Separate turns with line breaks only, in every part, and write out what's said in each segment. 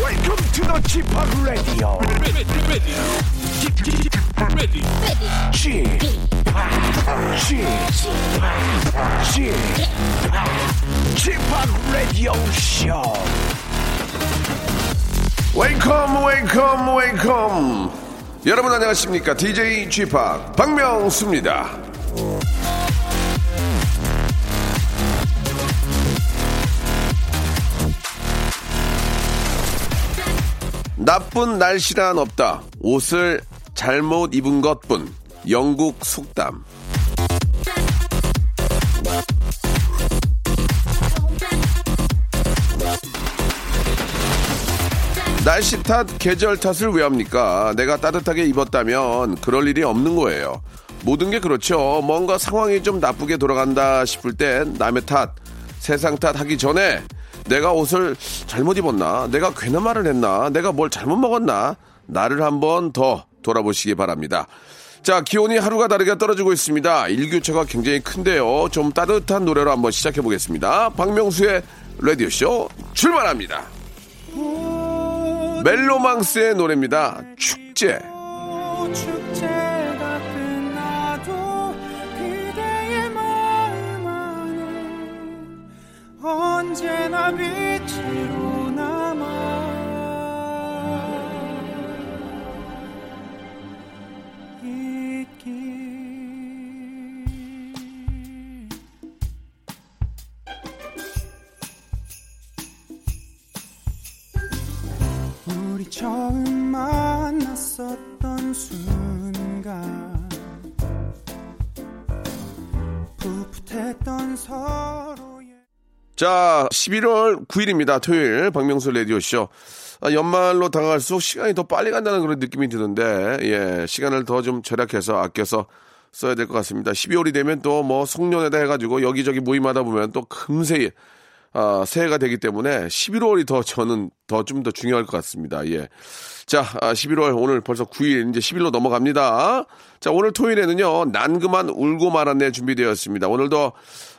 Welcome to the g p o p Radio.
ready, ready, ready,
g p o p g p o p g p o p Radio Show.
웨이컴 웨이컴 웨이컴 여러분 안녕하십니까 DJ g p o p 박명수입니다 나쁜 날씨란 없다 옷을 잘못 입은 것뿐 영국 속담 날씨 탓, 계절 탓을 왜 합니까? 내가 따뜻하게 입었다면 그럴 일이 없는 거예요. 모든 게 그렇죠. 뭔가 상황이 좀 나쁘게 돌아간다 싶을 땐 남의 탓, 세상 탓 하기 전에 내가 옷을 잘못 입었나? 내가 괜한 말을 했나? 내가 뭘 잘못 먹었나? 나를 한번 더 돌아보시기 바랍니다. 자, 기온이 하루가 다르게 떨어지고 있습니다. 일교차가 굉장히 큰데요. 좀 따뜻한 노래로 한번 시작해 보겠습니다. 박명수의 라디오쇼 출발합니다. 멜로망스의 노래입니다. 축제.
축제가 끝나도 그대의 마음 안에 언제나 빛으로 남아 있길 우리 처음 만났었던 순간 풋풋했던 서로의
자, 11월 9일입니다. 토요일 박명수 라디오쇼. 아, 연말로 다가갈수록 시간이 더 빨리 간다는 그런 느낌이 드는데, 예, 시간을 더 좀 절약해서 아껴서 써야 될 것 같습니다. 12월이 되면 또 뭐 송년회다 해가지고 여기저기 모임하다 보면 또 금세 아, 새해가 되기 때문에 11월이 더 저는 더 좀 더 중요할 것 같습니다. 예. 자, 아, 11월 오늘 벌써 9일 이제 10일로 넘어갑니다. 자, 오늘 토요일에는요. 난 그만 울고 말았네 준비되었습니다. 오늘도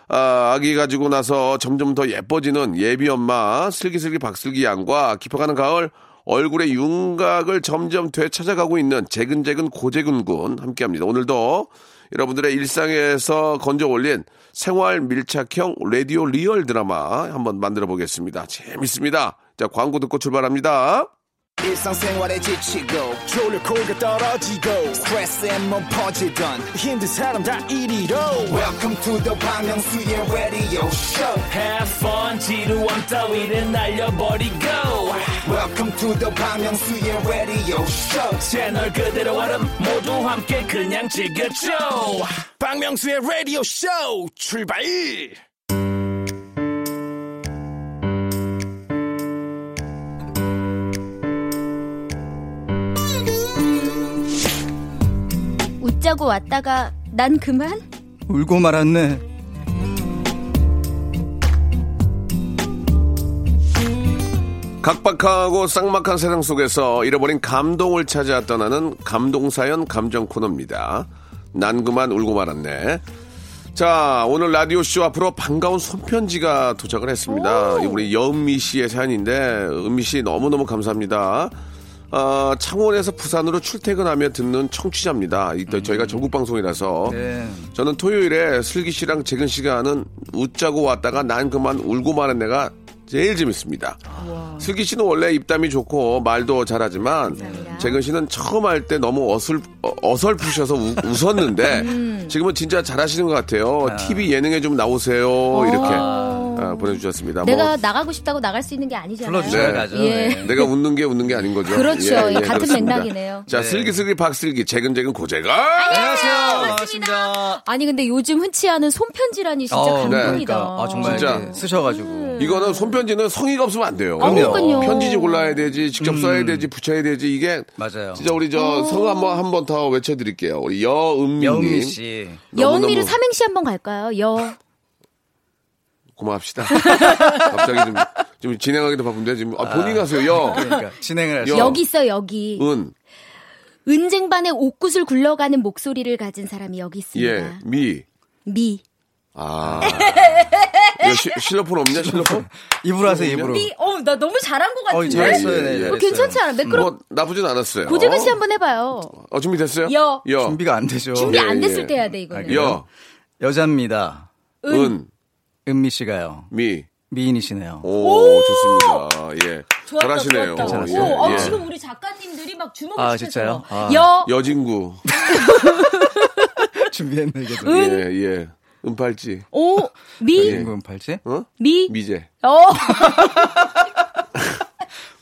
아, 아기 가지고 나서 점점 더 예뻐지는 예비 엄마 슬기슬기 박슬기 양과 깊어가는 가을 얼굴의 윤곽을 점점 되찾아가고 있는 재근재근 고재근군 함께합니다. 오늘도 여러분들의 일상에서 건져 올린 생활 밀착형 라디오 리얼 드라마 한번 만들어 보겠습니다. 재밌습니다. 자, 광고 듣고 출발합니다.
일상생활에 지치고, 졸려 코가 떨어지고, 스트레스에 몸 퍼지던, 힘든 사람 다 이리로. welcome to the Bang Myung-soo's radio show
Have fun 지루함 따위를 날려버리고
welcome to the Bang Myung-soo's radio show
채널 그대로 얼음 모두 함께 그냥 즐겨줘
박명수의 radio show 출발
웃자고 왔다가 난 그만?
울고 말았네.
각박하고 쌍막한 세상 속에서 잃어버린 감동을 찾아 떠나는 감동사연 감정 코너입니다. 난 그만 울고 말았네. 자, 오늘 라디오쇼 앞으로 반가운 손편지가 도착을 했습니다. 우리 여은미 씨의 사연인데, 은미 씨 너무너무 감사합니다. 아, 창원에서 부산으로 출퇴근하며 듣는 청취자입니다. 이 저희가 전국방송이라서.
네.
저는 토요일에 슬기 씨랑 재근 씨가 하는 웃자고 왔다가 난 그만 울고 마는 내가 제일 재밌습니다. 슬기 씨는 원래 입담이 좋고 말도 잘하지만 재근 씨는 처음 할 때 너무 어슬, 어, 설프셔서 웃었는데 지금은 진짜 잘하시는 것 음. 같아요. TV 예능에 좀 나오세요. 이렇게 아, 보내주셨습니다. 뭐,
내가 나가고 싶다고 나갈 수 있는 게 아니잖아요.
그렇죠.
불러주셔야 가죠.
예.
네.
내가 웃는 게 웃는 게 아닌 거죠.
그렇죠. 예, 같은
그렇습니다.
맥락이네요.
자,
네.
슬기슬기 박슬기, 재근재근 고재가
안녕하세요. 반갑습니다.
아니 근데 요즘 흔치 않은 손편지라니 진짜
어, 네.
감동이다.
그러니까, 아, 정말
진짜.
이렇게
음.
쓰셔가지고.
이거는 손편지는 성의가 없으면 안 돼요.
아, 그러니까요.
편지지 골라야 되지, 직접 써야 되지, 붙여야 되지. 이게
맞아요.
진짜 우리 저 성우 한번 한 번 더 외쳐드릴게요. 우리 여은미님.
영미 씨.
음.
여은미를
너무너무
삼행시 한번 갈까요? 여
고마합시다. 갑자기 좀, 좀 진행하기도 바쁜데 지금 아, 본인 하세요. 여.
그러니까 진행을
여.
하시죠.
여기 있어 여기.
은,
은쟁반에 옷구슬 굴러가는 네. 목소리를 가진 사람이 여기 있습니다.
예, 미.
미.
아. 야, 시- 실로폰 없냐 실로폰?
입으로 하세요, 입으로.
미, 어, 나 너무 잘한 것
어,
같은데?
잘했어요.
예,
네,
예, 예.
어,
잘했어요.
괜찮지 않아? 매끄러.
뭐 나쁘진 않았어요.
고재근 씨 한번 해봐요.
어 준비됐어요?
여.
여.
준비가 안 되죠.
준비
예,
안 됐을
예.
때 해야 돼, 이거는.
여.
여자입니다.
은.
은.
은미 씨가요.
미.
어?
미인이시네요.
오, 좋습니다. 예.
좋았다,
잘하시네요.
좋았다.
예,
괜찮았어요.
오, 아,
예.
지금 우리 작가님들이 막 주목을
아,
시켰어요.
진짜요? 아.
여,
여진구.
준비했네, 이게.
예,
은.
예. 은팔찌.
오, 미,
예.
인군 팔찌?
어?
미,
미제.
어.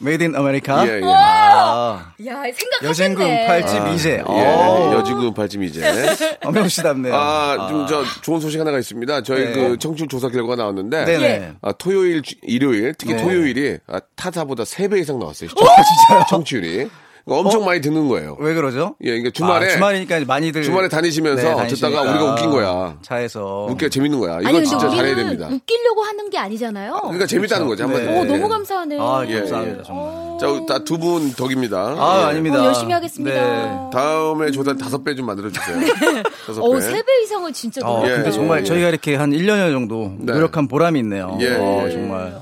메이드 인 아메리카?
예, 예.
아,
야, 생각하셨네.
여진군 팔찌 미제.
예.
어,
여진구 은팔찌 미제.
예.
엄명씨답네요.
아, 좀 저 좋은 소식 하나가 있습니다. 저희
네.
그 청취율 조사 결과가 나왔는데
네네.
예.
아, 토요일, 주- 일요일, 특히
네.
토요일이 아, 타사보다 3배 이상 나왔어요.
진짜요? 어?
청취율이. 그러니까 엄청 많이 듣는 거예요.
왜 그러죠?
예, 그러니까 주말에
아, 주말이니까 많이들 네,
주말에 다니시면서 듣다가
다니시니까
우리가 웃긴 거야.
차에서
웃겨 재밌는 거야. 이건
아니, 근데
진짜 잘해야
우리는
됩니다.
웃기려고 하는 게 아니잖아요.
그러니까 재밌다는 거지 한마디.
네.
오, 어, 너무 어, 감사하네.
아,
예,
감사합니다
예.
정말.
자, 다 두 분 덕입니다.
아,
예.
아닙니다.
어, 열심히 하겠습니다.
네.
다음에 조사 다섯 배 좀 만들어 주세요. 다섯
어,
배.
세 배 이상은 진짜
어,
너무
예,
근데
예,
정말
예.
저희가 이렇게 한 1년여 정도
네.
노력한 보람이 있네요.
예,
어,
예.
정말.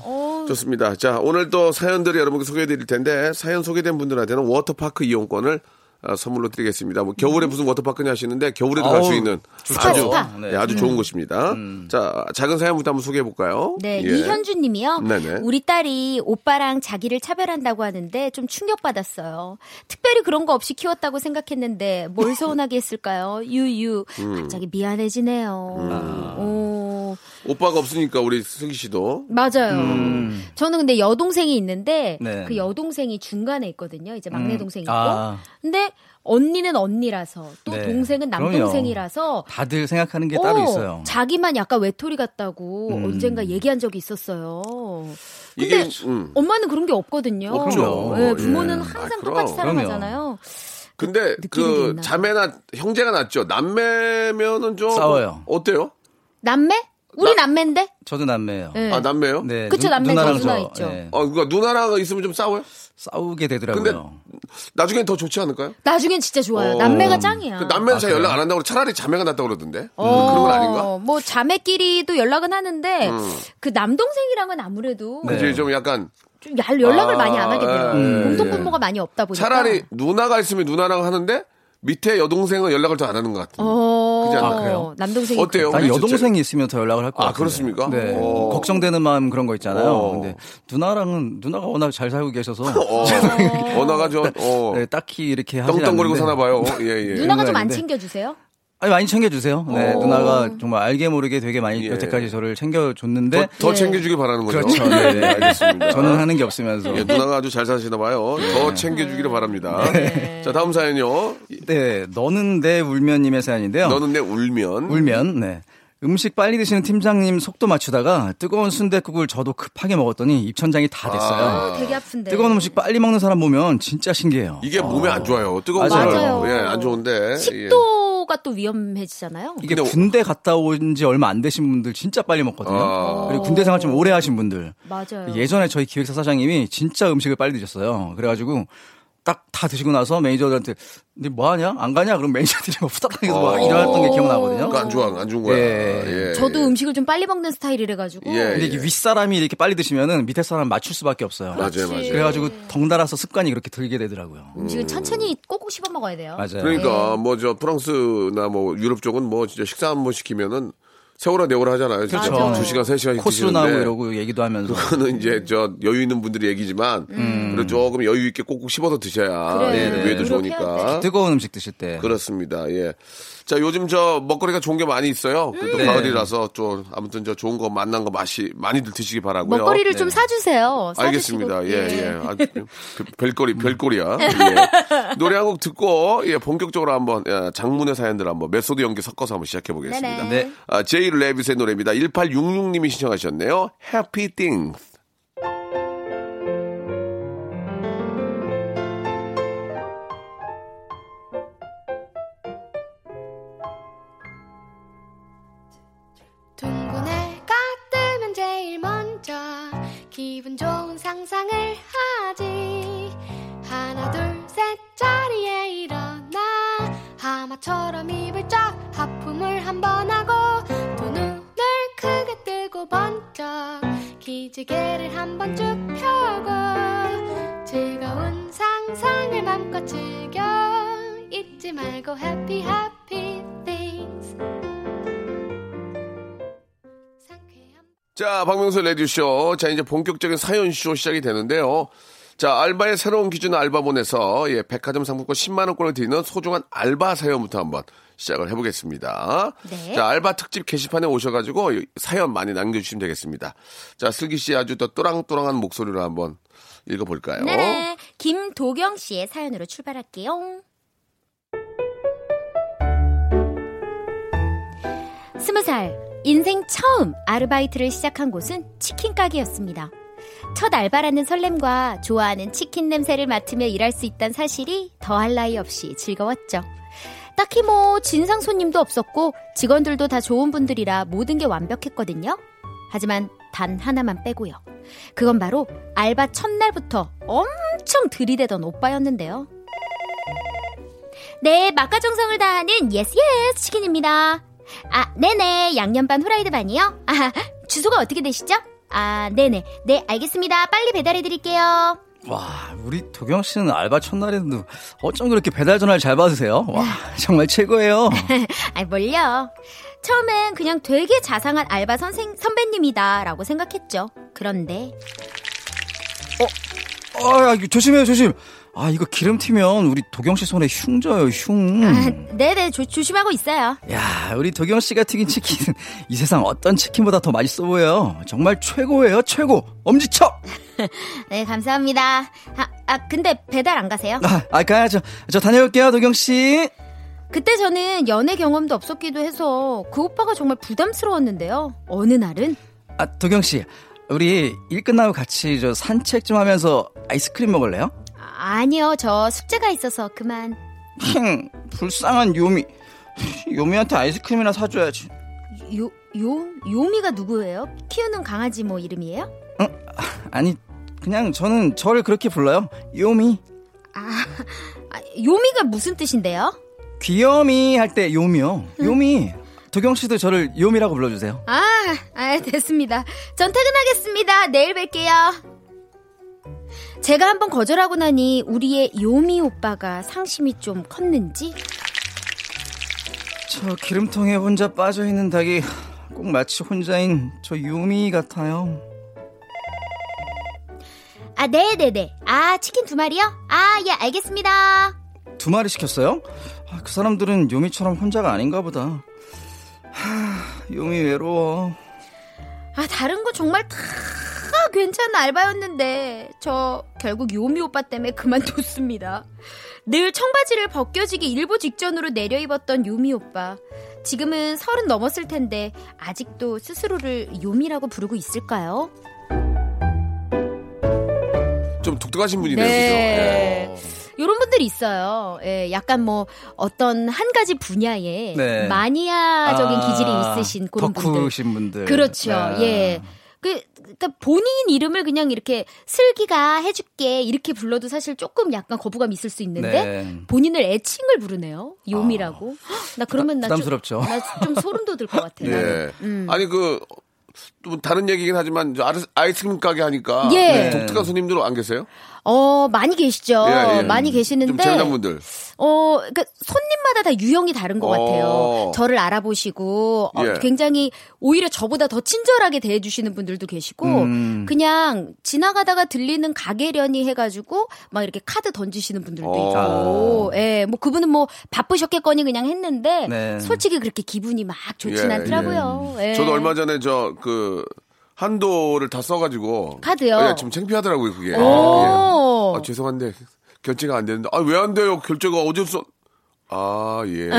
좋습니다. 자, 오늘 또 사연들을 여러분께 소개해 드릴 텐데 사연 소개된 분들한테는 워터파크 이용권을 아, 선물로 드리겠습니다. 뭐 겨울에 무슨 워터파크냐 하시는데 겨울에도 갈 수
아우,
있는
음. 좋죠. 네. 음.
아주
스파.
예, 아주 좋은 곳입니다. 자, 작은 사연부터 한번 소개해 볼까요?
네,
예.
이현주 님이요.
네네.
우리 딸이 오빠랑 자기를 차별한다고 하는데 좀 충격받았어요. 특별히 그런 거 없이 키웠다고 생각했는데 뭘 서운하게 했을까요? 유유.
음.
갑자기 미안해지네요. 오.
오빠가 없으니까 우리 승기 씨도
맞아요. 저는 근데 여동생이 있는데
음. 네.
그 여동생이 중간에 있거든요. 이제 막내 동생이 있고.
아.
근데 언니는 언니라서 또
네.
동생은
그럼요.
남동생이라서
다들 생각하는 게 따로
어,
있어요. 음.
자기만 약간 외톨이 같다고 언젠가 얘기한 적이 있었어요. 근데
이게, 음.
엄마는 그런 게 없거든요.
없죠.
예, 부모는
예.
항상
아, 그럼.
똑같이 살아가잖아요.
근데
느끼는 게
그
있나?
자매나 형제가 낫죠. 남매면은 좀
싸워요.
어때요?
남매? 우리 남매인데?
저도 남매예요.
예.
아 남매요?
네,
그쵸,
누-
남매
누나랑
누나
저
있죠.
예,
어, 그러니까 누나랑 있으면 좀 싸워요?
싸우게
근데
되더라고요.
나중엔 더 좋지 않을까요?
나중엔 진짜 좋아요.
어.
남매가 짱이야.
그 남매는
아,
잘 연락 안 한다고 그러고 차라리 자매가 낫다고 그러던데. 음, 그런 건 아닌가? 음.
어, 뭐 자매끼리도 연락은 하는데 그 남동생이랑은 아무래도
네.
이제 좀 약간
좀 얄- 연락을
아,
많이 안 하게 돼요.
예,
공통
예.
분모가 많이 없다 보니까.
차라리 누나가 있으면 누나랑 하는데 밑에 여동생은 연락을 더 안 하는 것 같아요.
어,
그지 않나?
아, 그래요?
남동생이
어때요?
아니
우리
여동생이 있으면 더 연락을 할 것
아,
같아요.
그렇습니까?
네.
오.
걱정되는 마음 그런 거 있잖아요.
오.
근데 누나랑은 누나가 워낙 잘 살고 계셔서
어, 어, 나가 좀, 어,
네, 딱히 이렇게 하지
떵떵거리고
않는데.
사나 봐요. 예, 예.
누나가 좀 안
생각인데.
챙겨주세요?
아니 많이 챙겨주세요. 네,
어.
누나가 정말 알게 모르게 되게 많이
예.
여태까지 저를 챙겨줬는데
더, 더
예.
챙겨주길 바라는 거죠.
그렇죠.
예,
네,
예,
네.
알겠습니다.
저는 네. 하는 게 없으면서
예, 누나가 아주 잘 사시나 봐요. 더 챙겨주기를 바랍니다. 자, 다음 사연이요.
네 너는 내 울면님의 사연인데요.
너는 내 울면.
울면 네. 음식 빨리 드시는 팀장님 속도 맞추다가 뜨거운 순대국을 저도 급하게 먹었더니 입천장이 다 됐어요.
어, 되게 아픈데.
뜨거운 음식 빨리 먹는 사람 보면 진짜 신기해요.
이게 몸에 안 좋아요. 뜨거운
맞아요.
예, 안 좋은데. 예.
식도가 또 위험해지잖아요.
이게
근데
군대 갔다 온 지 얼마 안 되신 분들 진짜 빨리 먹거든요.
아.
그리고 군대 생활 좀 오래 하신 분들.
맞아요.
예전에 저희 기획사 사장님이 진짜 음식을 빨리 드셨어요. 그래가지고 딱 다 드시고 나서 매니저들한테 네 뭐하냐? 안 가냐? 그럼 매니저들이 막 후다닥해서 막 일어났던 게 기억나거든요.
그러니까 안 좋아, 안 좋은 거야.
예.
예,
저도
예.
음식을 좀 빨리 먹는 스타일이래 가지고.
예.
근데 이게 윗사람이 이렇게 빨리 드시면은 밑에 사람 맞출 수밖에 없어요.
맞아요, 맞아요.
그래가지고 덩달아서 습관이 그렇게 들게 되더라고요.
음식은 천천히 꼭꼭 씹어 먹어야 돼요.
맞아요.
그러니까
네.
뭐 저 프랑스나 뭐 유럽 쪽은 뭐 진짜 식사 한 번 시키면은 세월아 네월아 하잖아요. 진짜
그렇죠.
두 시간 세 시간씩
코스로
드시는데
나오고 이러고 얘기도 하면서.
그거는 이제 저 여유 있는 분들이 얘기지만 그래도 조금 여유 있게 꼭꼭 씹어서 드셔야
음. 그래.
예,
네네.
뇌에도
노력해야
좋으니까.
뜨거운 음식 드실 때.
그렇습니다. 예. 자, 요즘 저 먹거리가 좋은 게 많이 있어요. 그또
네.
가을이라서 좀 아무튼 저 좋은 거 만난 거 맛이 많이들 드시기 바라고요. 네.
먹거리를 좀 사주세요. 사주시고.
알겠습니다. 예, 예. 아주 별- 별거리, 별거리야. 예. 노래 한 곡 듣고, 예, 본격적으로 한번, 예, 장문의 사연들 한번 메소드 연기 섞어서 한번 시작해 보겠습니다.
네네.
네.
아, 제이 레빗의 노래입니다. 1866님이 신청하셨네요. Happy Things.
둥근 해가 뜨면 제일 먼저 기분 좋은 상상을 하지 하나 둘 셋 자리에 일어나 하마처럼 입을 쫙 하품을 한번 하고 두 눈을 크게 뜨고 번뜩 시계를 한번 쭉 펴고 즐거운 상상을 맘껏 즐겨 잊지 말고 happy happy things 상쾌한
자, 박명수 레디쇼. 자, 이제 본격적인 사연쇼 시작이 되는데요. 자, 알바의 새로운 기준 알바몬에서 예, 백화점 상품권 10만원권을 드리는 소중한 알바 사연부터 한번 시작을 해보겠습니다.
네.
자, 알바 특집 게시판에 오셔가지고 이 사연 많이 남겨주시면 되겠습니다. 자, 슬기 씨 아주 또 또랑또랑한 목소리로 한번 읽어볼까요?
네. 김도경 씨의 사연으로 출발할게요. 스무 살 인생 처음 아르바이트를 시작한 곳은 치킨 가게였습니다. 첫 알바라는 설렘과 좋아하는 치킨 냄새를 맡으며 일할 수 있다는 사실이 더할 나위 없이 즐거웠죠. 딱히 뭐 진상 손님도 없었고 직원들도 다 좋은 분들이라 모든 게 완벽했거든요. 하지만 단 하나만 빼고요. 그건 바로 알바 첫날부터 엄청 들이대던 오빠였는데요. 네, 맛과 정성을 다하는 예스 예스 치킨입니다. 아, 네네. 양념반 후라이드 반이요? 아, 주소가 어떻게 되시죠? 아, 네네. 네, 알겠습니다. 빨리 배달해 드릴게요.
와, 우리 도경 씨는 알바 첫날에도 어쩜 그렇게 배달 전화를 잘 받으세요? 와, 정말 최고예요.
아이, 뭘요. 처음엔 그냥 되게 자상한 알바 선생, 선배님이다라고 생각했죠. 그런데
아, 이거 조심해요, 조심. 아, 이거 기름 튀면 우리 도경 씨 손에 흉져요, 흉.
아, 네네 조, 조심하고 있어요.
야, 우리 도경 씨가 튀긴 치킨은 이 세상 어떤 치킨보다 더 맛있어 보여요. 정말 최고예요, 최고. 엄지척.
네 감사합니다. 아, 아 근데 배달 안 가세요?
아, 아 가야죠. 저 다녀올게요, 도경 씨.
그때 저는 연애 경험도 없었기도 해서 그 오빠가 정말 부담스러웠는데요. 어느 날은
아, 도경 씨. 우리 일 끝나고 같이 저 산책 좀 하면서 아이스크림 먹을래요?
아, 아니요 저 숙제가 있어서 그만
힝, 불쌍한 요미. 요미한테 아이스크림이나 사줘야지.
요, 요 요미가 누구예요? 키우는 강아지 뭐 이름이에요?
아니, 그냥 저는 저를 그렇게 불러요. 요미.
아, 요미가 무슨 뜻인데요?
귀요미 할 때 요미요. 요미. 도경 씨도 저를 요미라고 불러주세요.
아, 아, 됐습니다. 전 퇴근하겠습니다. 내일 뵐게요. 제가 한번 거절하고 나니 우리의 요미 오빠가 상심이 좀 컸는지
저 기름통에 혼자 빠져있는 닭이 꼭 마치 혼자인 저 요미 같아요.
아, 네네네. 아, 치킨 두 마리요? 아, 예, 알겠습니다.
두 마리 시켰어요? 아, 그 사람들은 요미처럼 혼자가 아닌가 보다. 하, 요미 외로워.
아 다른 거 정말 다 괜찮은 알바였는데 저 결국 요미 오빠 때문에 그만뒀습니다. 늘 청바지를 벗겨지기 일보 직전으로 내려 입었던 요미 오빠. 지금은 서른 넘었을 텐데 아직도 스스로를 요미라고 부르고 있을까요?
좀 독특하신 분이네요.
네.
그죠? 예.
이런 분들이 있어요. 예, 약간 뭐 어떤 한 가지 분야에
네.
마니아적인
아,
기질이 있으신 그런 분들.
덕후신 분들.
그렇죠.
네.
예. 그, 그러니까 본인 이름을 그냥 이렇게 슬기가 해줄게 이렇게 불러도 사실 조금 약간 거부감이 있을 수 있는데
네. 아.
본인을 애칭을 부르네요. 요미라고. 헉, 나 그러면 나
부담스럽죠. 네.
좀, 나 좀 소름 돋을 것 같아.
예.
나는.
아니 그 또 다른 얘기긴 하지만 저 아르- 아이스크림 가게 하니까
예.
독특한 손님들 안 계세요?
어 많이 계시죠.
예, 예.
많이
좀
계시는데.
재난 분들.
어, 그러니까 손님마다 다 유형이 다른 것
어.
같아요. 저를 알아보시고 어,
예.
굉장히 오히려 저보다 더 친절하게 대해주시는 분들도 계시고
음.
그냥 지나가다가 들리는 가게련이 해가지고 막 이렇게 카드 던지시는 분들도
어.
있고, 예, 뭐 그분은 뭐 바쁘셨겠거니 그냥 했는데
네.
솔직히 그렇게 기분이 막 좋진
예,
않더라고요. 예.
저도 얼마 전에 저 그 한도를 다 써가지고
카드요?
아, 예, 좀 창피하더라고요 그게.
오.
예. 아, 죄송한데 결제가 안 되는데 아 왜 안 돼요? 결제가 어쩔 수. 없- 아 예. 예.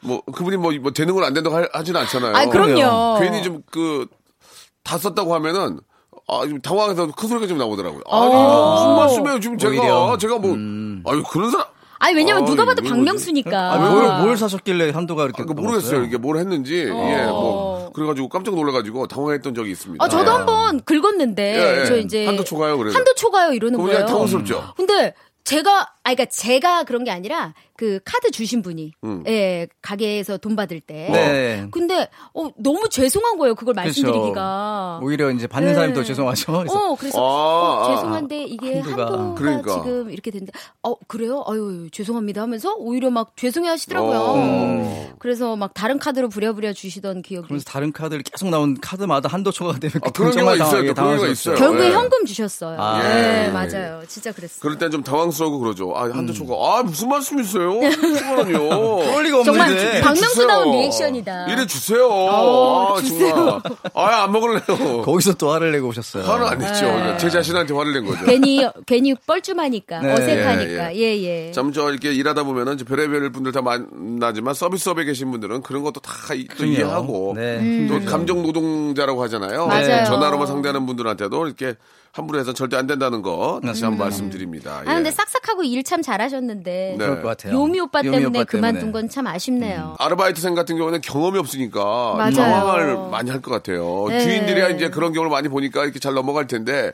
뭐 그분이 뭐, 뭐 되는 건 안 된다고 하, 하진 않잖아요. 예.
아, 그럼요.
괜히 좀 그 다 썼다고 하면은. 아, 좀 당황해서 큰 소리가 좀 나오더라고요. 아,
어.
무슨 말씀이에요, 지금 제가.
오히려. 음.
제가 뭐, 아유, 그런 사람.
아니 왜냐면
아,
누가 봐도
이거 뭐지?
방명수니까.
아, 뭘, 뭘 사셨길래 한도가 이렇게.
아, 그 모르겠어요. 이게 뭘 했는지. 예, 뭐. 그래가지고 깜짝 놀라가지고 당황했던 적이 있습니다.
아, 저도
예.
한번 긁었는데
예, 예.
저 이제
한도 초과요, 그래서.
한도 초과요 이러는
그럼 그냥
거예요.
당황스럽죠.
근데 제가 아, 그러니까 제가 그런 게 아니라 그 카드 주신 분이
음.
예 가게에서 돈 받을 때.
네.
근데 어 너무 죄송한 거예요. 그걸
그렇죠.
말씀드리기가.
오히려 이제 받는 사람이 더
네.
죄송하죠. 그래서
어, 그래서
아,
어,
아,
죄송한데 이게
한도가.
한도가
그러니까.
지금 이렇게 됐는데 어 그래요? 아유 죄송합니다 하면서 오히려 막 죄송해 하시더라고요.
어.
그래서 막 다른 카드로 부랴부랴 주시던 기억이.
그러면서 다른 카드를 계속 나온 카드마다 한도 초과가 되면
아, 그런
정말
경우가 있어요. 또 그런 경우가
당황하게 당황스럽죠.
있어요.
결국에
예.
현금 주셨어요.
아,
네,
예.
맞아요. 진짜 그랬어요.
그럴 땐 좀 당황스러우고 그러죠. 아, 한두 초가. 아, 무슨 말씀이세요? 그러요
그럴
그러니까
리가
정말
없는데.
방- 박명수다운 리액션이다.
이래 주세요.
어,
아,
주세요.
정말. 아, 안 먹을래요.
거기서 또 화를 내고 오셨어요.
화는 안 냈죠.
네.
제 자신한테 화를 낸 거죠.
괜히 괜히 뻘쭘하니까
네.
어색하니까 예예.
참, 저, 이렇게 일하다 보면은, 이제 별의별 분들 다 만나지만, 서비스업에 계신 분들은 그런 것도 다 이- 또
그럼요.
이해하고,
네.
또 감정 노동자라고 하잖아요.
음.
네.
맞아요.
전화로만 상대하는 분들한테도 이렇게 함부로 해서 절대 안 된다는 거 다시 한번 말씀드립니다.
아 근데
예.
싹싹하고 일 참 잘하셨는데
네.
그럴 것 같아요.
요미 오빠 때문에
오빠
그만둔 건 참 아쉽네요.
아르바이트생 같은 경우는 경험이 없으니까
맞아요.
당황을 많이 할 것 같아요.
네.
주인들이야 이제 그런 경우를 많이 보니까 이렇게 잘 넘어갈 텐데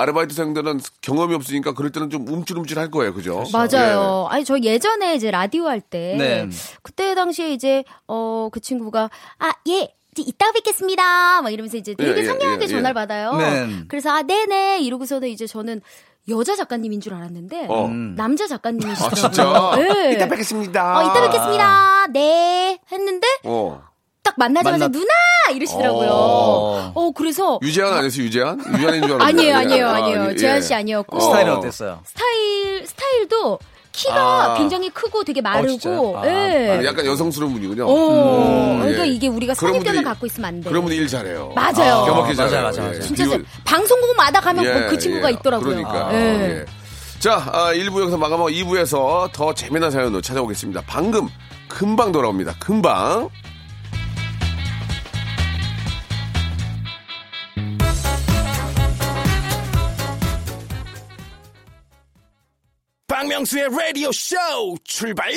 아르바이트생들은 경험이 없으니까 그럴 때는 좀 움찔움찔 할 음, 거예요. 그죠?
맞아요. 아니 저 예전에 이제 라디오 할 때
네.
그때 당시에 이제 어 그 친구가 아 예. 이제 이따가 뵙겠습니다. 막 이러면서 이제
예,
되게
예,
상냥하게
예, 예.
전화를 받아요.
네.
그래서 아 네네 이러고서는 이제 저는 여자 작가님인 줄 알았는데
어. 아,
남자 작가님이시더라고요.
진짜?
예.
이따 뵙겠습니다.
어, 이따 뵙겠습니다. 네 했는데
예. 어.
딱 만나자마자
만났-
누나 이러시더라고요.
어.
어 그래서
유재한 아니었어요? 유재한? 유재한인 줄 알았는데.
아니에요, 아니에요,
아,
아니에요.
예.
재한 씨 아니었고
스타일은 어땠어요?
스타일 스타일도 키가
아.
굉장히 크고 되게 마르고,
진짜요? 아,
예.
아, 약간 여성스러운 분이군요.
어, 그러니까
예.
이게 우리가
그런
선입견을
분들이-
갖고 있으면 안 돼.
그런 분이 일 잘해요.
맞아요.
경험하기
맞아요,
잘해요.
맞아요,
예.
맞아요.
진짜
비율-
방송국마다 가면
예,
그 친구가
예.
있더라고요.
그러니까.
예.
예. 자, 아, 1부 여기서 마감하고 2부에서 더 재미난 사연으로 찾아오겠습니다. 방금, 금방 돌아옵니다. 금방.
박명수의 라디오 쇼 출발!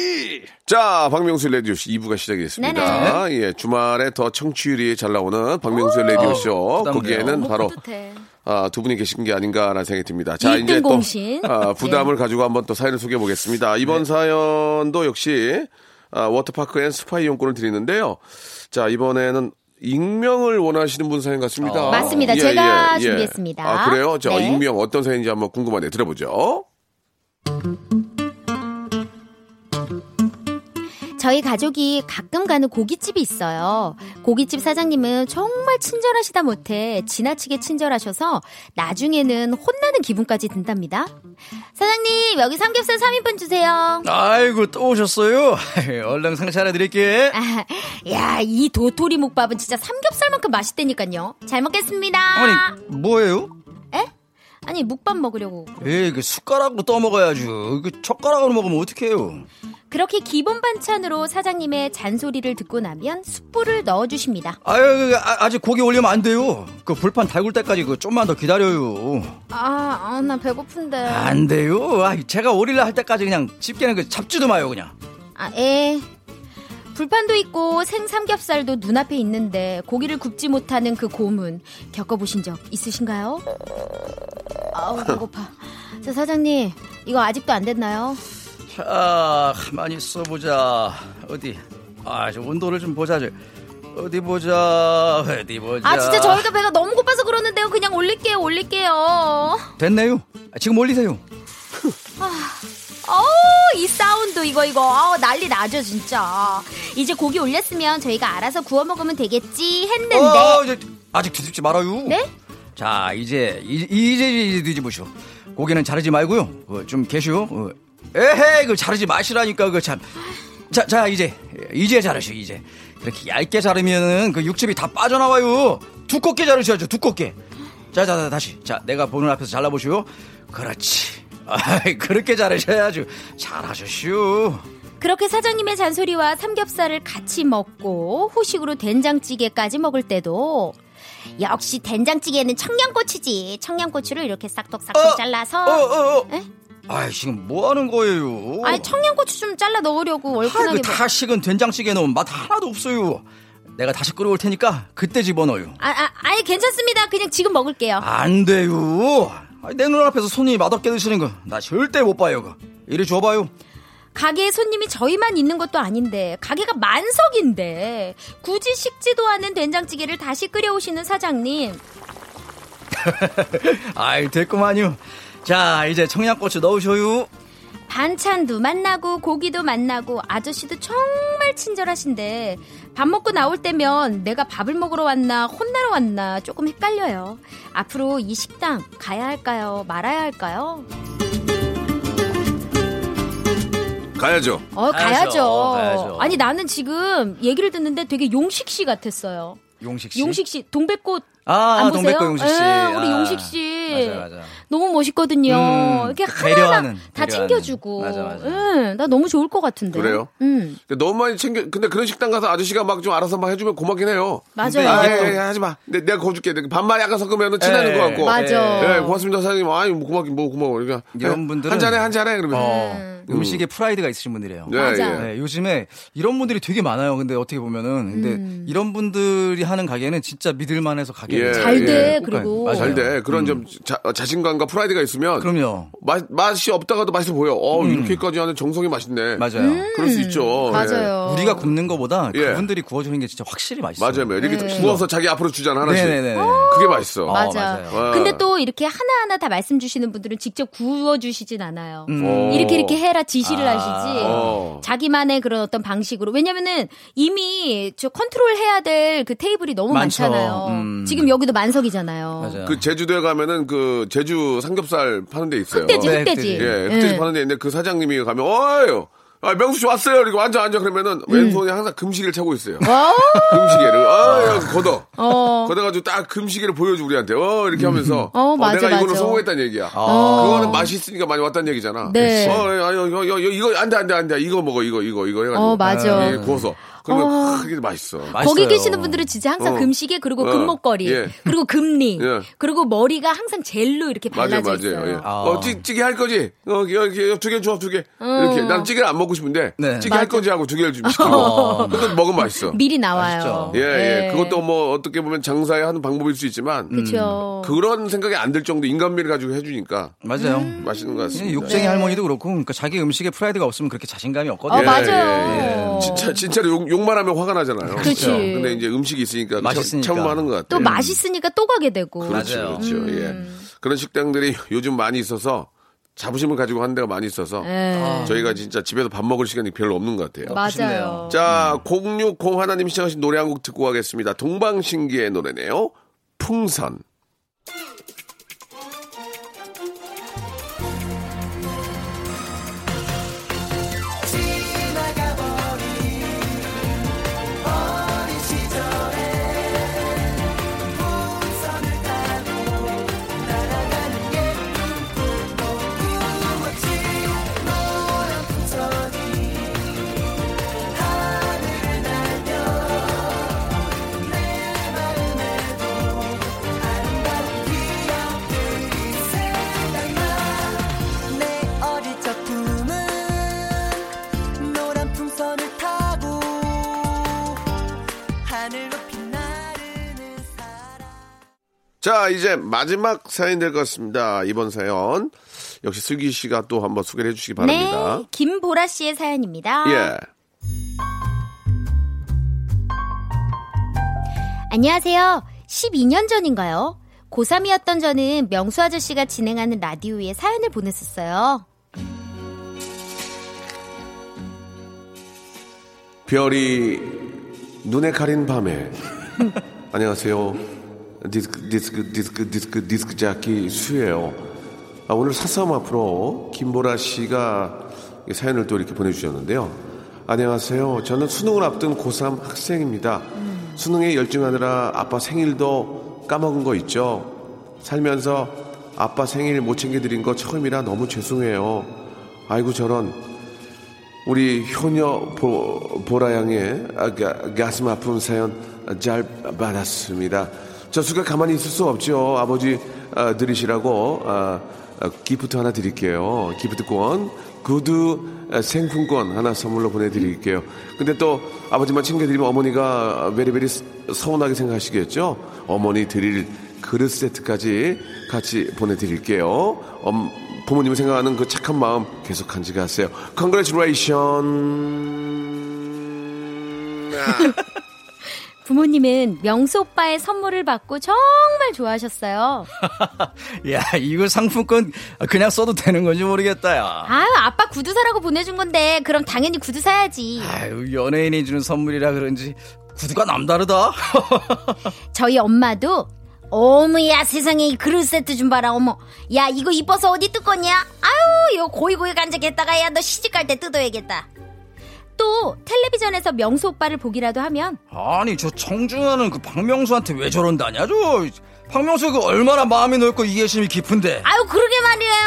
자, 박명수 레디오 씨 2부가 시작이 됐습니다.
네,
예, 주말에 더 청취율이 잘 나오는 박명수 레디오 쇼.
부담돼요.
거기에는
너무
바로
뭐 뿌듯해.
아, 두 분이 계신 게 아닌가라는 생각이 듭니다. 자,
일등
이제 또
공신. 네.
아, 부담을 가지고 한번 또 사연을 소개해 보겠습니다. 이번 사연도 역시 아, 워터파크 앤 스파 이용권을 드리는데요. 자, 이번에는 익명을 원하시는 분 사연 같습니다.
아,
예,
맞습니다. 제가 준비했습니다.
아, 그래요? 자,
네.
익명 어떤 사연인지 한번 궁금하네요. 들어보죠.
저희 가족이 가끔 가는 고깃집이 있어요. 고깃집 사장님은 정말 친절하시다 못해 지나치게 친절하셔서 나중에는 혼나는 기분까지 든답니다. 사장님, 여기 삼겹살 3인분 주세요.
아이고 또 오셨어요. 얼른 상차 하나 드릴게.
아, 야, 이 도토리 묵밥은 진짜 삼겹살만큼 맛있다니까요. 잘 먹겠습니다.
아니 뭐예요?
아니, 묵밥 먹으려고.
에이 그 숟가락으로 떠먹어야지. 그 젓가락으로 먹으면 어떡해요?
그렇게 기본 반찬으로 사장님의 잔소리를 듣고 나면 숯불을 넣어주십니다.
아유 그, 아, 아직 고기 올리면 안 돼요. 그 불판 달굴 때까지 그 좀만 더 기다려요.
아, 아, 나 배고픈데.
안 돼요. 아, 제가 오릴라 할 때까지 그냥 집게는 그 잡지도 마요 그냥.
아, 에. 불판도 있고 생삼겹살도 눈앞에 있는데 고기를 굽지 못하는 그 고문 겪어보신 적 있으신가요? 아우 배고파. 저 사장님 이거 아직도 안 됐나요?
자 가만히 있어보자. 어디? 아, 저 온도를 좀 보자. 저. 어디 보자. 어디 보자.
아 진짜 저희가 배가 너무 고파서 그러는데요. 그냥 올릴게요, 올릴게요.
됐네요. 아, 지금 올리세요.
어우 이 사운드 이거 이거 아우, 난리 나죠 진짜. 이제 고기 올렸으면 저희가 알아서 구워 먹으면 되겠지 했는데.
어, 이제 아직 뒤집지 말아요.
네?
자, 이제 이, 이제 이제 뒤집으시오. 고개는 자르지 말고요. 어, 좀 계시오. 어, 에헤이, 그 자르지 마시라니까 그 참. 자, 자, 이제 이제 자르시오. 이제 그렇게 얇게 자르면은 그 육즙이 다 빠져나와요. 두껍게 자르셔야죠. 두껍게. 자, 자, 자, 다시. 자, 내가 보는 앞에서 잘라보시오. 그렇지. 아이, 그렇게 자르셔야죠. 잘하셨슈.
그렇게 사장님의 잔소리와 삼겹살을 같이 먹고 후식으로 된장찌개까지 먹을 때도 역시 된장찌개는 청양고추지. 청양고추를 이렇게 싹둑싹둑
어,
잘라서
어, 어, 어.
에?
아이, 지금 뭐 하는 거예요?
아니 청양고추 좀 잘라 넣으려고
아,
얼큰하게 뭐.
그
먹-
다 식은 된장찌개 넣으면 맛 하나도 없어요. 내가 다시 끓여올 테니까 그때 집어넣어요.
아, 아, 아니 괜찮습니다. 그냥 지금 먹을게요.
안 돼요. 아, 내 눈앞에서 손이 맛없게 드시는 거 나 절대 못 봐요. 그거. 이리 줘봐요.
가게에 손님이 저희만 있는 것도 아닌데 가게가 만석인데 굳이 식지도 않은 된장찌개를 다시 끓여오시는 사장님
아이 됐구만요. 자 이제 청양고추 넣으셔요.
반찬도 만나고 고기도 만나고 아저씨도 정말 친절하신데 밥 먹고 나올 때면 내가 밥을 먹으러 왔나 혼나러 왔나 조금 헷갈려요 앞으로 이 식당 가야 할까요 말아야 할까요
가야죠.
어
가야죠.
가야죠,
가야죠.
아니 나는 지금 얘기를 듣는데 되게 용식 씨 같았어요
용식 씨.
용식 씨 동백꽃
아,
안 보세요?
동백꽃 용식 씨.
예, 우리
아,
용식 씨.
맞아, 맞아.
너무 멋있거든요.
음,
이렇게 하나하나
배려하는,
다
배려하는.
챙겨주고.
맞아, 맞아.
예, 나 너무 좋을 것 같은데.
그래요?
음,
근데 너무 많이 챙겨. 근데 그런 식당 가서 아저씨가 막 좀 알아서 막 해주면 고맙긴 해요.
맞아요.
아, 예, 예, 하지 마. 내, 내가 거줄게. 반말 약간 섞으면 친하는
예,
것 같고.
맞아.
예, 고맙습니다, 사장님. 아유, 뭐 고맙긴 뭐 고마워. 그러니까.
이런 분들은-
한 잔에, 한 잔에. 그러면.
어, 음식에 프라이드가 있으신 분들이에요.
예,
맞아.
예.
네, 요즘에 이런 분들이 되게 많아요. 근데 어떻게 보면은 근데
음.
이런 분들이 하는 가게는 진짜 믿을만해서 가게. 네,
예,
잘 돼,
예.
그리고.
맞아요.
잘 돼. 그런 좀 자, 자신감과 프라이드가 있으면.
어. 음. 그럼요. 음.
맛, 맛이 없다가도 맛이 보여. 어, 이렇게까지 하는 정성이 맛있네.
맞아요.
음.
그럴 수 있죠. 예.
맞아요.
우리가 굽는 거보다
예.
그분들이 구워주는 게 진짜 확실히 맛있어요.
맞아요. 이렇게
네.
구워서 자기 앞으로 주잖아, 하나씩.
네네네.
그게 맛있어.
맞아.
맞아요.
와.
근데 또 이렇게 하나하나 다 말씀 주시는 분들은 직접 구워주시진 않아요.
어.
이렇게 이렇게 해라 지시를 하시지.
어.
자기만의 그런 어떤 방식으로. 왜냐면은 이미 저 컨트롤 해야 될 그 테이블이 너무
많죠.
많잖아요.
음.
지금 여기도 만석이잖아요.
맞아요.
그 제주도에 가면은 그 제주 삼겹살 파는 데 있어요.
흑돼지,
네,
흑돼지.
흑돼지.
예, 흑돼지
예.
파는 데 있는데 그 사장님이 가면 어유. 아, 명수 씨 왔어요. 이렇게 앉아 앉아 그러면은
음.
왼손에 항상 금시계를 차고 있어요. 금시계를. 아, 야, 걷어.
어.
걷어 가지고 딱 금시계를 보여주고 우리한테. 어, 이렇게 하면서
어, 맞아,
내가 이걸로
맞아. 어.
성공했다는 얘기야. 그거는 맛이 있으니까 많이 왔다는 얘기잖아.
네.
어, 야, 야, 야, 야, 이거 안 돼, 안 돼, 안 돼. 이거 먹어. 이거 이거 이거 해 가지고.
어, 맞아. 어.
예, 구워서. 그러면 크게 맛있어.
거기
맛있어요.
계시는 분들은 진짜 항상
어.
금시계 그리고
어.
금목걸이
예.
그리고 금리
예.
그리고 머리가 항상 젤로 이렇게
맞아요,
발라져
맞아요.
있어요.
예.
아.
어, 찌, 찌개 할 거지? 어, 여기, 두 개, 줘, 두 개.
음.
이렇게. 난 찌개를 안 먹고 싶은데,
네.
찌개 할 거지 하고 두 개를 좀 시키고. 그것도 먹으면 맛있어.
어. 미리 네. 나와요.
아시죠?
예, 예, 그것도 뭐, 어떻게 보면 장사의 하는 방법일 수 있지만, 음.
그렇죠.
그런 생각이 안 들 정도 인간미를 가지고 해주니까
맞아요.
음.
맛있는 것
그냥
같습니다.
욕쟁이 할머니도 그렇고, 그러니까 자기 음식에 프라이드가 없으면 그렇게 자신감이
네. 어
없거든요.
예,
맞아요. 어.
진짜, 진짜로 욕, 욕만 하면 화가 나잖아요. 그렇죠.
그렇지.
근데 이제 음식이 있으니까
맛있으니까.
참, 참하는 것 같아요.
그렇죠. 또 음. 맛있으니까 또 가게 되고.
네. 그렇죠,
맞아요.
그렇죠. 예. 그런 식당들이 요즘 많이 있어서 자부심을 가지고 하는 데가 많이 있어서
아,
예.
저희가 진짜 집에서 밥 먹을 시간이 별로 없는 것 같아요.
맞아요.
자, 060 하나님 시청하신 노래 한 곡 듣고 가겠습니다. 동방신기의 노래네요. 풍선.
내 어릴 적 꿈은 노란 풍선을 타고 하늘로 빛나르는 사랑
자, 이제 마지막 사연 될 것 같습니다. 이번 사연. 역시 슬기 씨가 또 한번 소개를 해주시기 바랍니다.
네, 김보라 씨의 사연입니다.
예.
안녕하세요. 12년 전인가요? 고3이었던 저는 명수 아저씨가 진행하는 라디오에 사연을 보냈었어요.
별이 눈에 가린 밤에 안녕하세요 디스크 디스크 디스크 디스크 디스크 자키 수예요 아, 오늘 사싸움 앞으로 김보라 씨가 이 사연을 또 이렇게 보내주셨는데요 안녕하세요 저는 수능을 앞둔 고3 학생입니다 수능에 열중하느라 아빠 생일도 까먹은 거 있죠 살면서 아빠 생일 못 챙겨드린 거 처음이라 너무 죄송해요 아이고 저런 우리 효녀 보, 보라 양의 아, 가- 가슴 아픈 사연 잘 받았습니다. 저수가 가만히 있을 수 없죠. 아버지 아, 들으시라고 아, 아, 기프트 하나 드릴게요. 기프트권, 구두 아, 생품권 하나 선물로 보내드릴게요. 근데 또 아버지만 챙겨드리면 어머니가 베리베리 서운하게 생각하시겠죠? 어머니 드릴 그릇 세트까지 같이 보내드릴게요. 엄, 부모님이 생각하는 그 착한 마음 계속 간직하세요. Congratulation.
부모님은 명수 오빠의 선물을 받고 정말 좋아하셨어요.
야, 이거 상품권 그냥 써도 되는 건지 모르겠다, 야.
아유, 아빠 구두 사라고 보내준 건데, 그럼 당연히 구두 사야지.
아유, 연예인이 주는 선물이라 그런지 구두가 남다르다.
저희 엄마도, 어머야 세상에 이 그릇 세트 좀 봐라 어머 야 이거 이뻐서 어디 뜯 거냐 아유 이거 고이고이 간직했다가 야 너 시집 갈 때 뜯어야겠다 또 텔레비전에서 명수 오빠를 보기라도 하면
아니, 저 청준하는 그 박명수한테 왜 저런다냐, 저. 박명수 그 얼마나 마음이 넓고 이해심이 깊은데.
아유 그러게 말이에요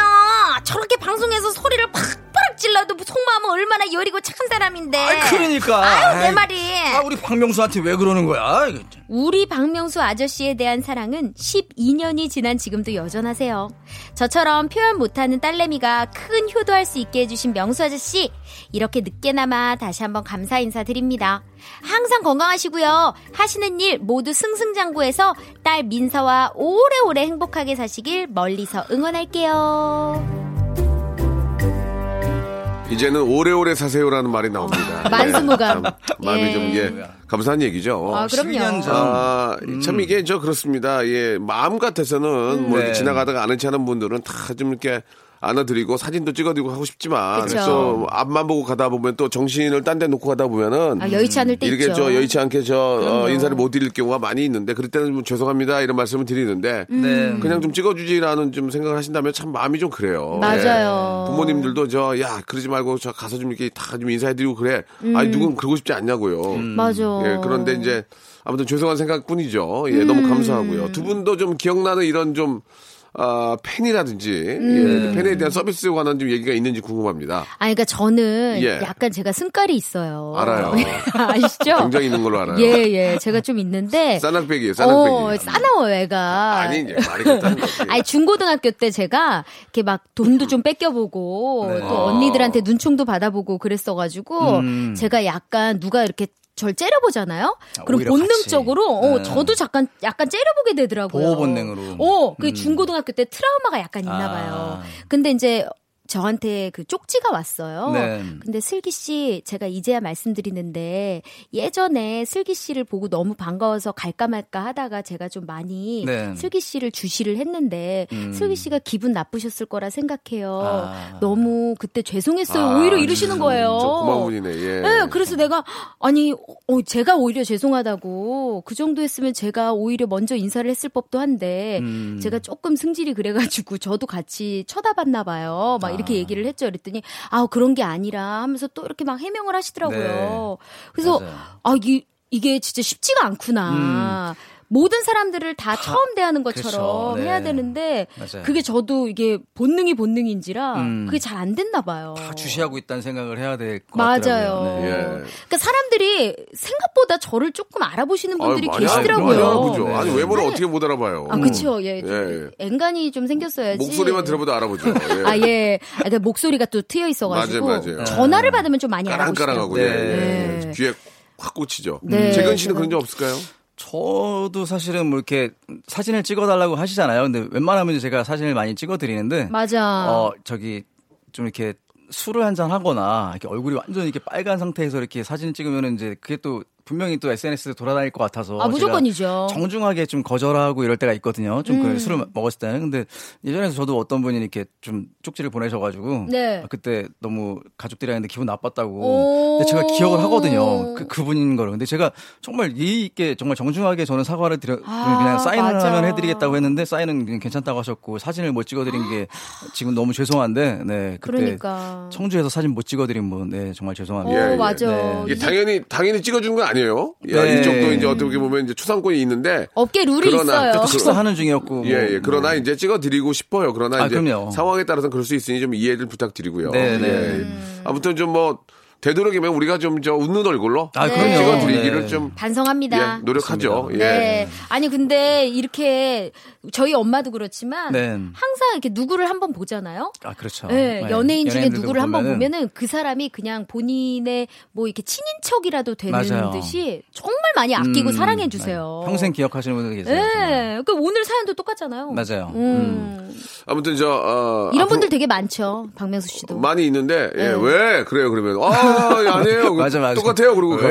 저렇게 방송에서 소리를 팍팍 질러도 속마음은 얼마나 여리고 착한 사람인데
아이, 그러니까.
네. 아유 내
아이,
말이
아, 우리 박명수한테 왜 그러는 거야? 이거 참.
우리 박명수 아저씨에 대한 사랑은 12년이 지난 지금도 여전하세요. 저처럼 표현 못하는 딸내미가 큰 효도할 수 있게 해주신 명수 아저씨, 이렇게 늦게나마 다시 한번 감사 인사드립니다. 항상 건강하시고요. 하시는 일 모두 승승장구해서 딸 민서와 오래오래 행복하게 사시길 멀리서 응원할게요.
이제는 오래오래 사세요라는 말이 나옵니다.
만수무강.
예, 참 마음이
예.
좀, 예, 감사한 얘기죠.
아, 그렇죠. 그럼요.
12년 전.
아, 참 이게 저 그렇습니다. 예, 마음 같아서는 뭐 이렇게
네.
지나가다가 아는 체하는 분들은 다 좀 이렇게 안아드리고 사진도 찍어드리고 하고 싶지만
그쵸.
또 앞만 보고 가다 보면 또 정신을 딴 데 놓고 가다 보면은
아, 여의치 않을 때
이렇게
있죠.
저 여의치 않게 저 어,
그럼요.
인사를 못 드릴 경우가 많이 있는데 그럴 때는 좀 죄송합니다 이런 말씀을 드리는데
음.
네.
그냥 좀 찍어주지라는 좀 생각을 하신다면 참 마음이 좀 그래요.
맞아요.
예. 부모님들도 저 야 그러지 말고 저 가서 좀 이렇게 다 좀 인사해드리고 그래.
음.
아니 누군 그러고 싶지 않냐고요.
맞아.
예, 그런데 이제 아무튼 죄송한 생각뿐이죠. 예,
음.
너무 감사하고요. 두 분도 좀 기억나는 이런 좀 아, 팬이라든지
음.
예, 팬에 대한 서비스에 관한 좀 얘기가 있는지 궁금합니다.
아니, 그러니까 저는
예.
약간 제가 승깔이 있어요.
알아요.
아시죠?
굉장히 있는 걸로 알아요.
어. 예, 예. 제가 좀 있는데.
싸낙백이에요, 싸낙백이.
어, 싸나워요, 애가.
아니 이제 말이 그렇다는 거지.
아니, 중고등학교 때 제가 이렇게 막 돈도 좀 뺏겨보고
네.
또 언니들한테 눈총도 받아보고 그랬어가지고
음.
제가 약간 누가 이렇게 절 째려보잖아요. 그럼
오히려
본능적으로
같이.
어,
네.
저도 잠깐 약간 째려보게 되더라고요.
보호 본능으로. 음.
어, 그 중고등학교 때 트라우마가 약간 있나
아.
봐요. 근데 이제 저한테 그 쪽지가 왔어요.
네.
근데 슬기 씨 제가 이제야 말씀드리는데 예전에 슬기 씨를 보고 너무 반가워서 갈까 말까 하다가 제가 좀 많이
네.
슬기 씨를 주시를 했는데
음.
슬기 씨가 기분 나쁘셨을 거라 생각해요.
아.
너무 그때 죄송했어요.
아,
오히려 이러시는 거예요.
저 고마운 분이네. 예.
네, 그래서 내가 아니 어, 제가 오히려 죄송하다고 그 정도 했으면 제가 오히려 먼저 인사를 했을 법도 한데
음.
제가 조금 승질이 그래가지고 저도 같이 쳐다봤나 봐요. 막 이렇게 얘기를 했죠. 그랬더니 아 그런 게 아니라 하면서 또 이렇게 막 해명을 하시더라고요. 그래서
네. 맞아요.
아 이게 이게 진짜 쉽지가 않구나. 모든 사람들을 다 처음 대하는 것처럼
음. 그쵸, 네.
해야 되는데
맞아요.
그게 저도 이게 본능이 본능인지라
음.
그게 잘 안 됐나 봐요.
다 주시하고 있다는 생각을 해야 될 것 같아요.
맞아요.
네. 예.
그러니까 사람들이 생각보다 저를 조금 알아보시는 분들이
아유, 많이
계시더라고요.
알아보죠. 아니, 그죠.
네.
아니 외모를 어떻게 못 알아봐요.
아, 그쵸. 예.
예.
좀 앵간이 좀 생겼어야지.
목소리만 들어봐도 알아보죠. 예.
아, 예. 아, 그러니까 목소리가 또 트여 있어가지고.
맞아요, 맞아요.
전화를 받으면 좀 많이
까랑까랑하고
알아보시더라고요.
예.
네.
예. 귀에 확 꽂히죠.
네.
재근 씨는 그런 적 없을까요?
저도 사실은 뭐 이렇게 사진을 찍어달라고 하시잖아요. 근데 웬만하면 제가 사진을 많이 찍어드리는데,
맞아.
어 저기 좀 이렇게 술을 한잔 하거나 이렇게 얼굴이 완전 이렇게 빨간 상태에서 이렇게 사진을 찍으면 이제 그게 또 분명히 또 SNS에 돌아다닐 것 같아서
아, 무조건이죠. 음.
제가 정중하게 좀 거절하고 이럴 때가 있거든요. 좀 그 술을 먹었을 때는 근데 예전에 저도 어떤 분이 이렇게 좀 쪽지를 보내셔가지고
네.
아, 그때 너무 가족들이랑 했는데 기분
오.
나빴다고. 근데 제가 기억을 하거든요. 그 그분인 거를. 근데 제가 정말 예의 있게 정말 정중하게 저는 사과를 드려
아,
그냥 사인을
맞아.
하면 해드리겠다고 했는데 사인은 그냥 괜찮다고 하셨고 사진을 못 찍어드린 게 지금 너무 죄송한데 네 그때
아. 그러니까.
청주에서 사진 못 찍어드린 분네 정말
어,
죄송합니다.
예, 예.
맞아.
이게 당연히 당연히 찍어준 건 아니에요. 예,
네.
이쪽도 이제 어떻게 보면 이제 초상권이 있는데
업계 룰이
그러나
있어요.
그-
식사하는 중이었고 뭐,
예, 예. 그러나
네.
이제 찍어드리고 싶어요. 그러나
아,
이제
그럼요.
상황에 따라서는 그럴 수 있으니 예, 좀 이해를 부탁드리고요.
음.
네, 네.
예. 아무튼 좀 뭐 되도록이면 우리가 좀 저 웃는 얼굴로
아,
네.
그럼요.
직원들이기를
네.
좀
반성합니다.
예, 노력하죠. 예.
네. 아니 근데 이렇게 저희 엄마도 그렇지만
네.
항상 이렇게 누구를 한번 보잖아요.
아, 그렇죠.
네,
네.
연예인 중에
연예인들도
누구를 한번
보면은
보면은 그 사람이 그냥 본인의 뭐 이렇게 친인척이라도 되는
맞아요.
듯이 정말 많이 아끼고
음,
사랑해 주세요.
맞아요. 평생 기억하시는 분들 계세요. 정말.
네, 그 오늘 사연도 똑같잖아요.
맞아요. 뭐
음.
아무튼 저 어,
이런
앞으로
분들 되게 많죠. 박명수 씨도.
많이 있는데 예,
네.
왜 그래요 그러면 아 아니에요
맞아, 맞아.
똑같아요 그러고
왜?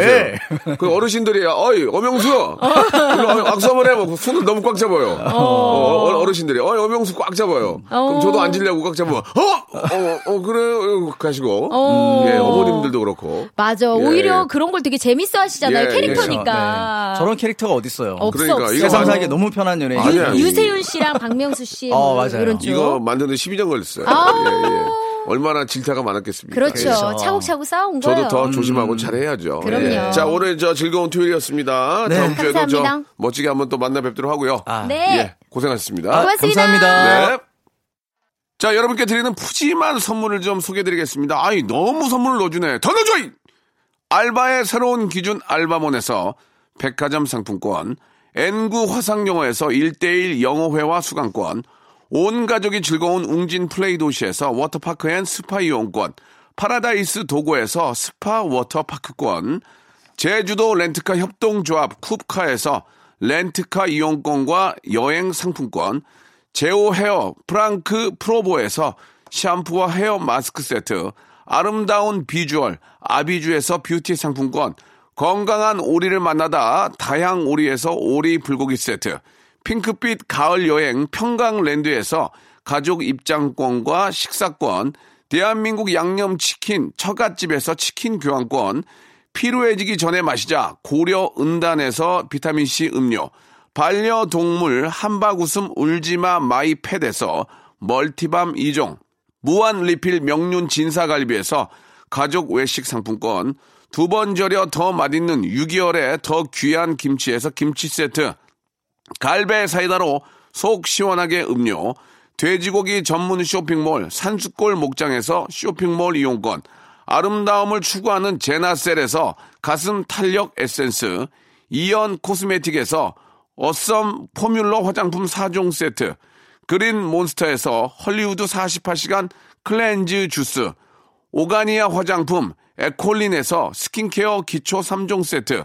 가세요 그 어르신들이 어이 어명수 일로 와, 악수 한번 해봐 그 손을 너무 꽉 잡아요 어. 어, 어르신들이 어이 어명수 꽉 잡아요
어.
그럼 저도 앉으려고 꽉 잡으면 어어 어, 그래 가시고
어.
예, 어머님들도 그렇고
맞아.
예.
오히려 그런 걸 되게 재밌어 하시잖아요.
예,
그렇죠.
캐릭터니까.
네. 저런 캐릭터가 어딨어요.
그러니까. 없어,
그러니까
없어.
이거
세상
완-
살기 너무 편한 연예인.
아니, 아니.
유, 세윤 씨랑 박명수 씨의
어,
뭐
맞아요.
이런 쪽.
이거 만드는 12년 걸렸어요
아.
예, 예. 얼마나 질타가 많았겠습니까
그렇죠.
예.
차곡차곡 쌓아온 거예요.
저도 더
음.
조심하고 잘해야죠. 예.
그럼요.
자, 오늘 저 즐거운 토요일이었습니다.
네.
다음 주에도 저
감사합니다.
멋지게 한번 또 만나 뵙도록 하고요.
아,
네.
예, 고생하셨습니다.
아,
고맙습니다.
감사합니다.
네. 자, 여러분께 드리는 푸짐한 선물을 좀 소개해드리겠습니다. 아이, 너무 선물을 넣어주네. 더 넣어줘! 이! 알바의 새로운 기준 알바몬에서 백화점 상품권, N구 화상영어에서 1대1 영어회화 수강권, 온 가족이 즐거운 웅진 플레이 도시에서 워터파크 앤 스파 이용권, 파라다이스 도고에서 스파 워터파크권, 제주도 렌트카 협동조합 쿱카에서 렌트카 이용권과 여행 상품권, 제오 헤어 프랑크 프로보에서 샴푸와 헤어 마스크 세트, 아름다운 비주얼 아비주에서 뷰티 상품권, 건강한 오리를 만나다 다양 오리에서 오리 불고기 세트, 핑크빛 가을 여행 평강랜드에서 가족 입장권과 식사권, 대한민국 양념치킨 처갓집에서 치킨 교환권, 피로해지기 전에 마시자 고려 은단에서 비타민C 음료, 반려동물 한바구음 울지마 마이패드에서 멀티밤 2종, 무한 리필 명륜 진사갈비에서 가족 외식 상품권, 두 번 절여 더 맛있는 6개월에 더 귀한 김치에서 김치 세트, 갈배 사이다로 속 시원하게 음료, 돼지고기 전문 쇼핑몰 산수골 목장에서 쇼핑몰 이용권, 아름다움을 추구하는 제나셀에서 가슴 탄력 에센스, 이연 코스메틱에서 어썸 포뮬러 화장품 4종 세트, 그린 몬스터에서 헐리우드 48시간 클렌즈 주스, 오가니아 화장품 에콜린에서 스킨케어 기초 3종 세트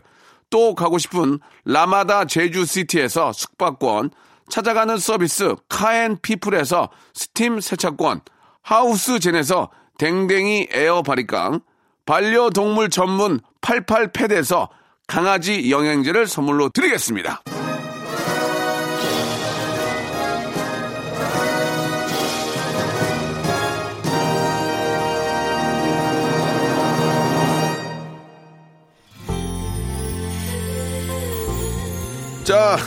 또 가고 싶은 라마다 제주시티에서 숙박권 찾아가는 서비스 카앤피플에서 스팀 세차권 하우스젠에서 댕댕이 에어 바리깡 반려동물 전문 88팻에서 강아지 영양제를 선물로 드리겠습니다. 자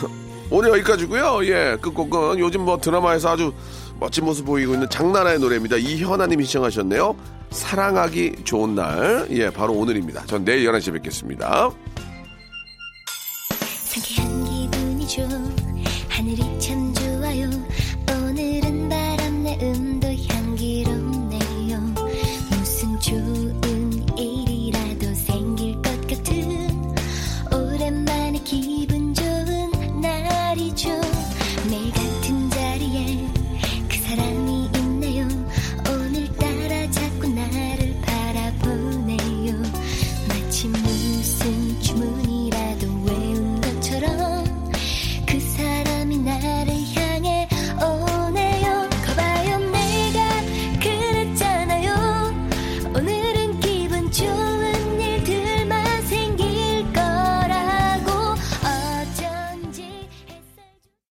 오늘 여기까지고요. 예, 끝곡은 요즘 뭐 드라마에서 아주 멋진 모습 보이고 있는 장나라의 노래입니다. 이현아님이 시청하셨네요. 사랑하기 좋은 날. 예, 바로 오늘입니다. 전 내일 11시에 뵙겠습니다.
상쾌한 그그